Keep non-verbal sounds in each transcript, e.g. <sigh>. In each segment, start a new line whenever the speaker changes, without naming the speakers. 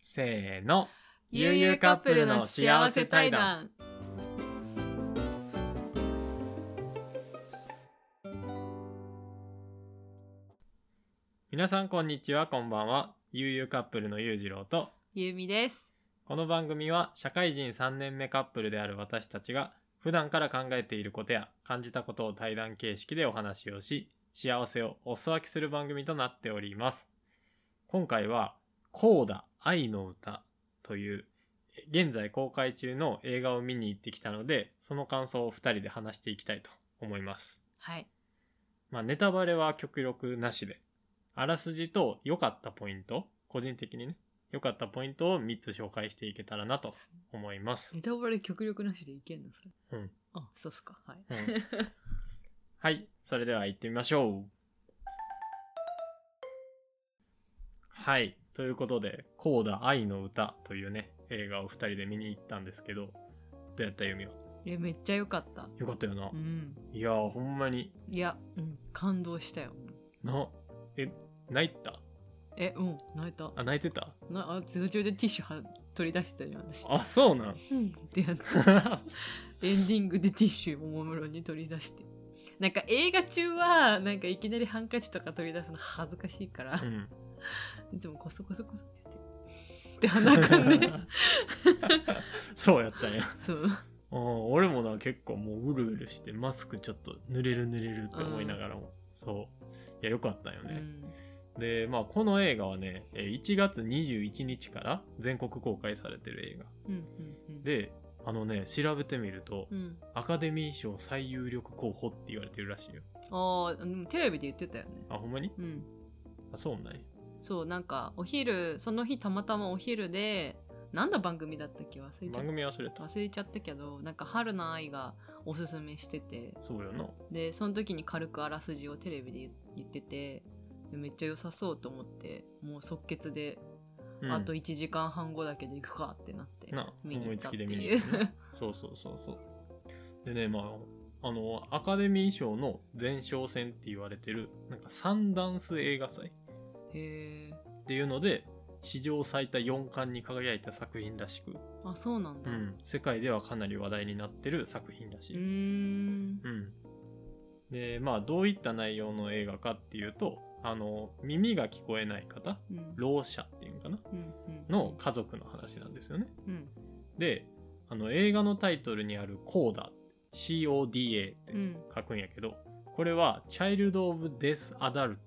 せーの。
悠々カップルの幸せ対談。
皆さんこんにちは、こんばんは。ゆうゆうカップルのゆうじろうと、
ゆうみです。
この番組は社会人3年目カップルである私たちが、普段から考えていることや感じたことを対談形式でお話をし、幸せをおす分けする番組となっております。今回は、コーダ愛の歌という、現在公開中の映画を見に行ってきたので、その感想を2人で話していきたいと思います。
はい。
まあ、ネタバレは極力なしで、あらすじと良かったポイント、個人的にね、良かったポイントを3つ紹介していけたらなと思います。
ネタバレ極力なしでいけんのそれ。
うん。
あ、そうっすか。はい。 <laughs>
うんはい、それでは行ってみましょう。はい、ということで、コーダ愛の歌というね、映画を2人で見に行ったんですけど、どうやったゆみは。
え、めっちゃ良かった。
よかったよな
う。ん。
いやー、ほんまに、
いや、うん。感動したよ。
な、え、泣いた
え、うん。泣いた。
あ、泣いてた
なあ、途中でティッシュは取り出してたじゃん、私。
あ、そう
<laughs>
なん。
うん。ってやって。エンディングでティッシュをおもむろに取り出して。なんか映画中は、なんかいきなりハンカチとか取り出すの恥ずかしいから
う、ん。
いつもコソコソコソってやって。で、鼻かん <laughs> で。
<laughs> そうやったんや
そう。
うん俺もな結構もううるうるしてマスクちょっと濡れる濡れるって思いながらも、そういやよかったよ
う
ね、
ん。
でまあこの映画はねえー1月21日から全国公開されてる映画
うんうんうん。、
であのね調べてみると、
うん。
アカデミー賞最有力候補って言われてるらしいよ
ああ、でもテレビで言ってたよね。
あほんまに
うん。
あそうなんや
そう、なんか、お昼、その日たまたまお昼で、なんだ番組だったっけ忘れちゃ
番
っ
組忘れ
た。
た
忘れちゃったけど、なんか、春菜愛がおすすめしてて、
そうよな
で、その時に軽くあらすじをテレビで言言ってて、めっちゃ良さそうと思って、もう即決で、
うん
あと1時間半後だけで行くかってなって、
な
見に
思
行っ
い
た
つ
って
き
いう
で見に行くねそうそうそうそうでねまああのアカデミー賞の前哨戦って言われてるなんかサンダンス映画祭っ
へえ。
ていうので史上最多4冠に輝いた作品らしく、
あ、そうなん
う
だ。
ん、世界ではかなり話題になってる作品らし
う
い、
ーん。
うん、でまあどういった内容の映画かっていうとあの耳が聞こえない方
うん。
ろう者っていうのかな
うんうん
の家族の話なんですよね
うん。
であの映画のタイトルにある「コーダ」CODA って
うん
書くんやけど、これは「チャイルド・オブ・デス・アダル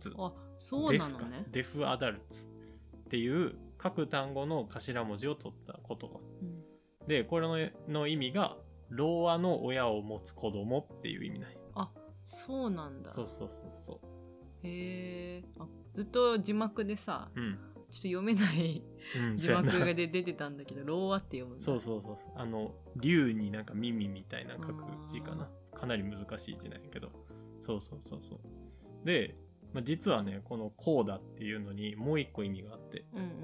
ト
あ、そう」な
フ
の
か
ね。
「デフ・アダルト」っていう各単語の頭文字を取った言葉
うん
でこれのの意味が「老和の親を持つ子供っていう意味ない
そうなんだ。
そうそうそうそ
へえ。あずっと字幕でさ、
ううん、
ちょっと読めない
<laughs> うん、
字
そうや
幕
な
がで出てたんだけど、ローアって読むんだ。
そうそうそうそうあの竜になんか耳みたいな書く字かな
あ
かなり難しい字なんやけどそうそうそうそうで、まあ、実はねこの「コーダ」っていうのにもう一個意味があって
うんうんうん。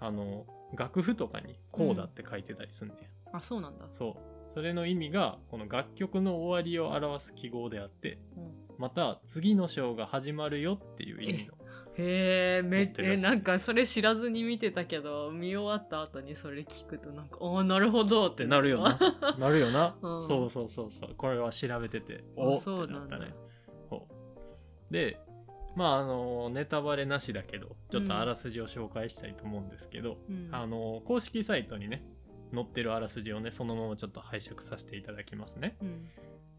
あの楽譜とかに「コーダ」って書いてたりすんねん、
あ、そうなんだ。
そうそれの意味がこの楽曲の終わりを表す記号であって
うん
また次の章が始まるよっていう意味の
へえ、め
持ってるらしい
なんかそれ知らずに見てたけど、見終わった後にそれ聞くとなんか、ああ、なるほどっ
っててなるよな。 <laughs> なるよな、
うん
そうそうそうそうこれは調べててお
あ
おっ
そう
てな
な
っ
んだ
たね。そうでまああのネタバレなしだけどちょっとあらすじを紹介したいと思うんですけど、
うん
あの公式サイトにね載ってるあらすじをねそのままちょっと拝借させていただきますね、
うん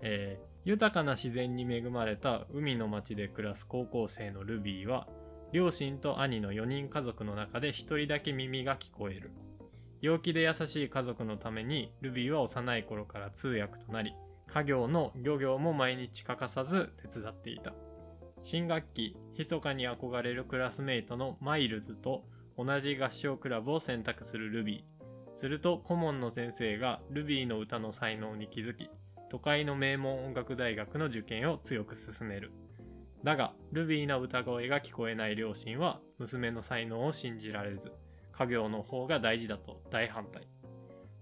えー豊かな自然に恵まれた海の町で暮らす高校生のルビーは両親と兄の4人家族の中で1人だけ耳が聞こえる陽気で優しい家族のためにルビーは幼い頃から通訳となり家業の漁業も毎日欠かさず手伝っていた新学期密かに憧れるクラスメイトのマイルズと同じ合唱クラブを選択するルビーすると顧問の先生がルビーの歌の才能に気づき都会の名門音楽大学の受験を強く勧めるだがルビーの歌声が聞こえない両親は娘の才能を信じられず家業の方が大事だと大反対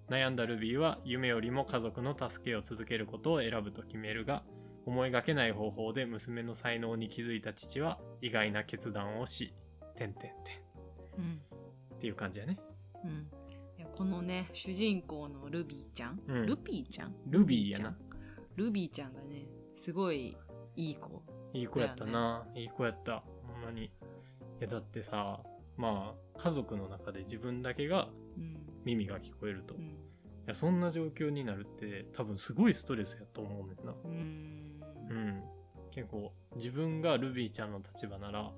悩んだルビーは夢よりも家族の助けを続けることを選ぶと決めるが思いがけない方法で娘の才能に気づいた父は意外な決断をし「てんてんてん」
うん。
っっていう感じやね
うん、いやこのね主人公のルビーちゃん、
うん
ルピーちゃん
ルビーやな
ルビーちゃんルビーちゃんがねすごいいい子
いい子やったな、いい子やったほんまにいやだってさまあ家族の中で自分だけが
うん、
耳が聞こえると、
う
い
ん
やそんな状況になるって多分すごいストレスやと思うねんな
うーん
うん結構自分がルビーちゃんの立場なら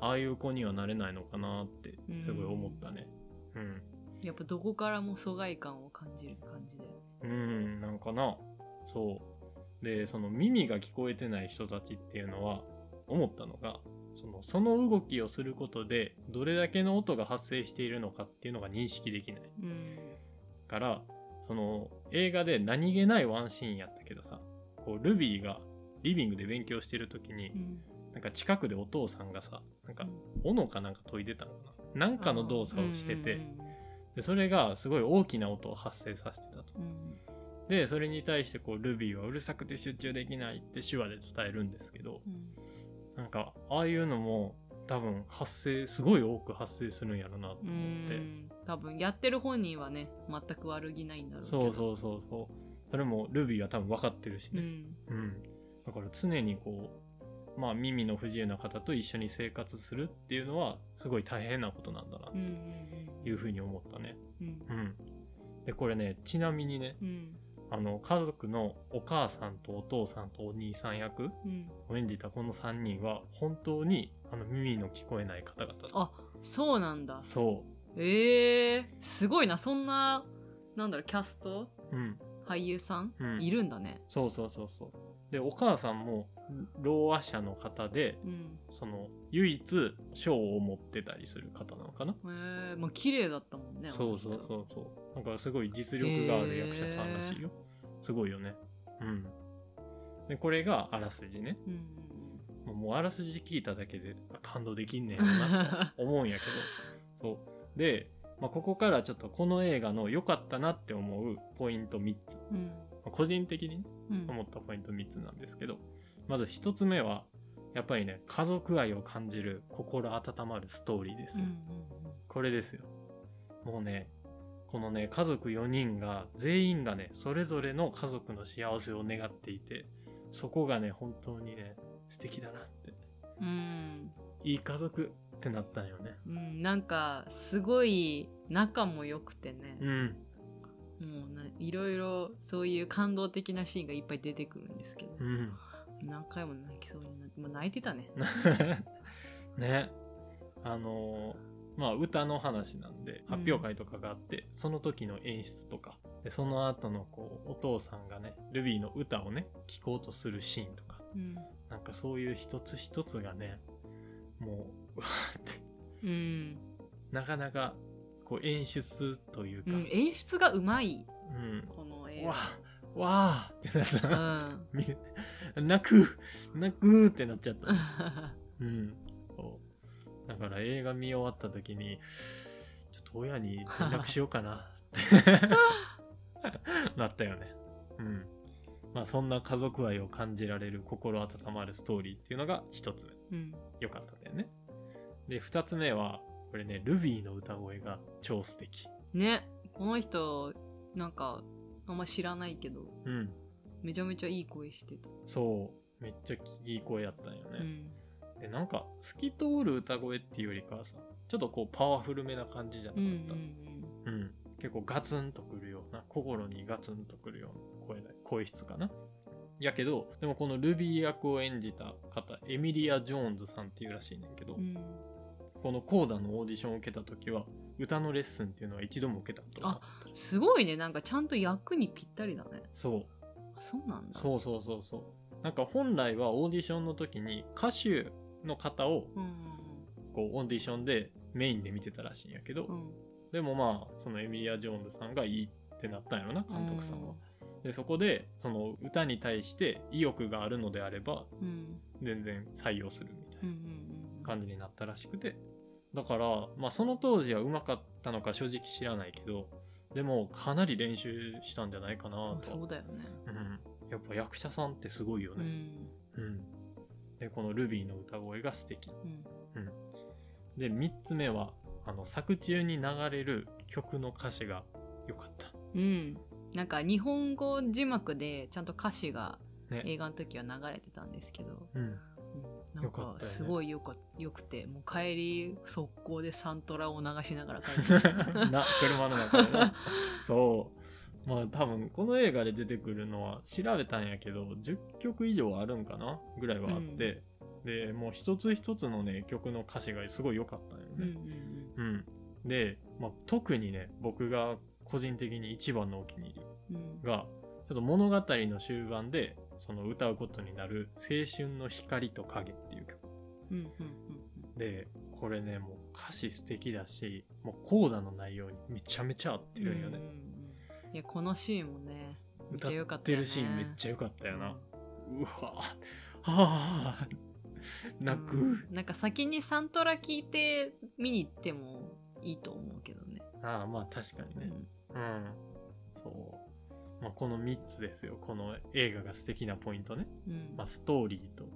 ああいう子にはなれないのかなってすごい思ったねうん
やっぱどこからも疎外感を感じる感じで
うんなんかなそうでその耳が聞こえてない人たちっていうのは思ったのがそのその動きをすることでどれだけの音が発生しているのかっていうのが認識できない
うん
からその映画で何気ないワンシーンやったけどさこうルビーがリビングで勉強してる時に
うん
なんか近くでお父さんがさなんか
うん
斧かなんか研いでたのかななんかの動作をして
う
て
ん
でそれがすごい大きな音を発生させてたと
うんうん
でそれに対してこうルビーはうるさくて集中できないって手話で伝えるんですけど
うん
なんかああいうのも多分発生すごい多く発生するんやろなと
う
思って
ん多分やってる本人はね全く悪気ないんだろうけど
そう
う
そうそうそうそれもルビーは多分分かってるしね
ん
うん、だから常にこうまあ耳の不自由な方と一緒に生活するっていうのはすごい大変なことなんだな
うんうん
というふうに思ったね
うん
うんでこれねちなみにね
うん
あの家族のお母さんとお父さんとお兄さん役
うん
を演じたこの3人は本当にあの耳の聞こえない方々だ
あそうなんだ
そ
えー、すごいなそんななんだろうキャスト
ううん
俳優さん、
うん
いるんだね
そうそうそうそうでお母さんもろうあ者の方で
うん
その唯一賞を持ってたりする方なのかな
えー、まあ綺麗だったもんね
そうそう
う
そうそうなんかすごい実力がある役者さんらしいよ、すごいよねうんでこれがあらすじね
うんうん
もうもうあらすじ聞いただけであ感動できんねん
う
よ
ん
な
<laughs>
思うんやけどそうで、まあ、ここからちょっとこの映画の良かったなって思うポイント3つ、ま
うん
あ個人的にね
うん
思ったポイント3つなんですけどまず1つ目はやっぱりね家族愛を感じる心温まるストーリーです
うん
よ、
うん
これですよもうねこのね家族4人が全員がねそれぞれの家族の幸せを願っていてそこがね本当にね素敵だなって
うん
いい家族ってなったんよね
うんなんかすごい仲も良くてね、
うん
もうないろいろそういう感動的なシーンがいっぱい出てくるんですけど、
うん
何回も泣きそうになってもう泣いてたね
<laughs> ねあのーまあ歌の話なんで
うん
発表会とかがあって、その時の演出とかでその後のこうお父さんがねルビーの歌をね聴こうとするシーンとか
うん、
なんかそういう一つ一つがねもううわーって
うん
なかなかこう演出というか、
う
うんん
演出がうまいこの映
わーわーってなった
画うん
み泣く泣くってなっちゃった。うん。そうだから映画見終わった時に、ちょっと親に連絡しようかな <laughs> ってなったよね。うん。まあそんな家族愛を感じられる心温まるストーリーっていうのが一つ目。
<laughs> うん
良かったんだよね。で、二つ目は、これね、ルビーの歌声が超素敵。
ねこの人なんかあんま知らないけど
うん。
めちゃめちゃいい声してた、
そう。めっちゃいい声やったんよね。
うん
でなんか透き通る歌声っていうよりかはさちょっとこうパワフルめな感じじゃな
う
か
ん
っ
う
た、
ん
うん、結構ガツンとくるような心にガツンとくるような声だ声質かなやけどでもこのルビー役を演じた方エミリア・ジョーンズさんっていうらしいねんけど、
うんうん
このコーダのオーディションを受けた時は歌のレッスンっていうのは一度も受けたことがなかった
すごいねなんかちゃんと役にぴったりだね
そう
あそうなんだ
そうそうそうそうなんか本来はオーディションの時に歌手の方を
うん
こうオーディションでメインで見てたらしいんやけど、
うんうん
でもまあそのエミリア・ジョーンズさんがいいってなったんやろな監督さんは。でそこでその歌に対して意欲があるのであれば
うん
全然採用するみた
うんう
い
ん
な
うん
感じになったらしくてだからまあその当時はうまかったのか正直知らないけどでもかなり練習したんじゃないかな
あ
と
そ
は
うだよね
うん、やっぱ役者さんってすごいよ
う
ね、
ん
うん、でこのルビーの歌声が素敵
うん
で3つ目はあの作中に流れる曲の歌詞が良かった
うんなんか日本語字幕でちゃんと歌詞が
ね
映画の時は流れてたんですけど、
うん
うんなん
よかったよ
か
ね
すごいよかよくてもう帰り速攻でサントラを流しながら帰り
<laughs>
ました
な車の中で <laughs> なそうまあ多分この映画で出てくるのは調べたんやけど10曲以上あるんかなぐらいはあって、でもう一つ一つのね曲の歌詞がすごい良かったんよ
うんう
ね、
ん
うんで、まあ、特にね僕が個人的に一番のお気に入
うんうん
りがちょっと物語の終盤でその歌うことになる「青春の光と影」っていう曲
うんうん
でこれねもう歌詞素敵だしもうコーダの内容にめちゃめちゃ合って
うんうん
るんよね、
うんいやこのシーンもねめっちゃ良
歌
か
っ
った
て
よね
るシーンめっちゃ良かったよな、
う
うわはあ
ん
泣く、
うんなんか先にサントラ聞いて見に行ってもいいと思うけどね
ああまあ確かにねうん、そう、まあ、この3つですよこの映画が素敵なポイントね、
うんうん
まあ、ストーリーと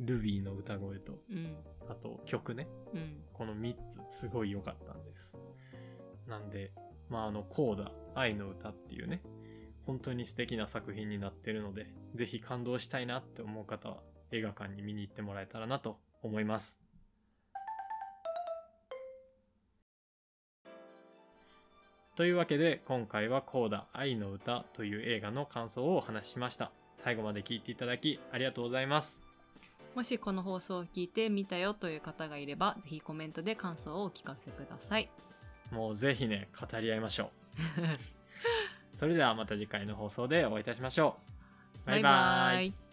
ルビーの歌声と
うん
あと曲ね
うん
この3つすごい良かったんですなんでまああの「コーダ愛の歌」っていうね本当に素敵な作品になってるのでぜひ感動したいなって思う方は映画館に見に行ってもらえたらなと思いますというわけで今回は「コーダ愛の歌」という映画の感想をお話ししました最後まで聞いていただきありがとうございます
もしこの放送を聞いて見たよという方がいればぜひコメントで感想をお聞かせください
もうぜひね語り合いましょ <laughs> うそれではまた次回の放送でお会いいたしましょう。バイバイ。
イ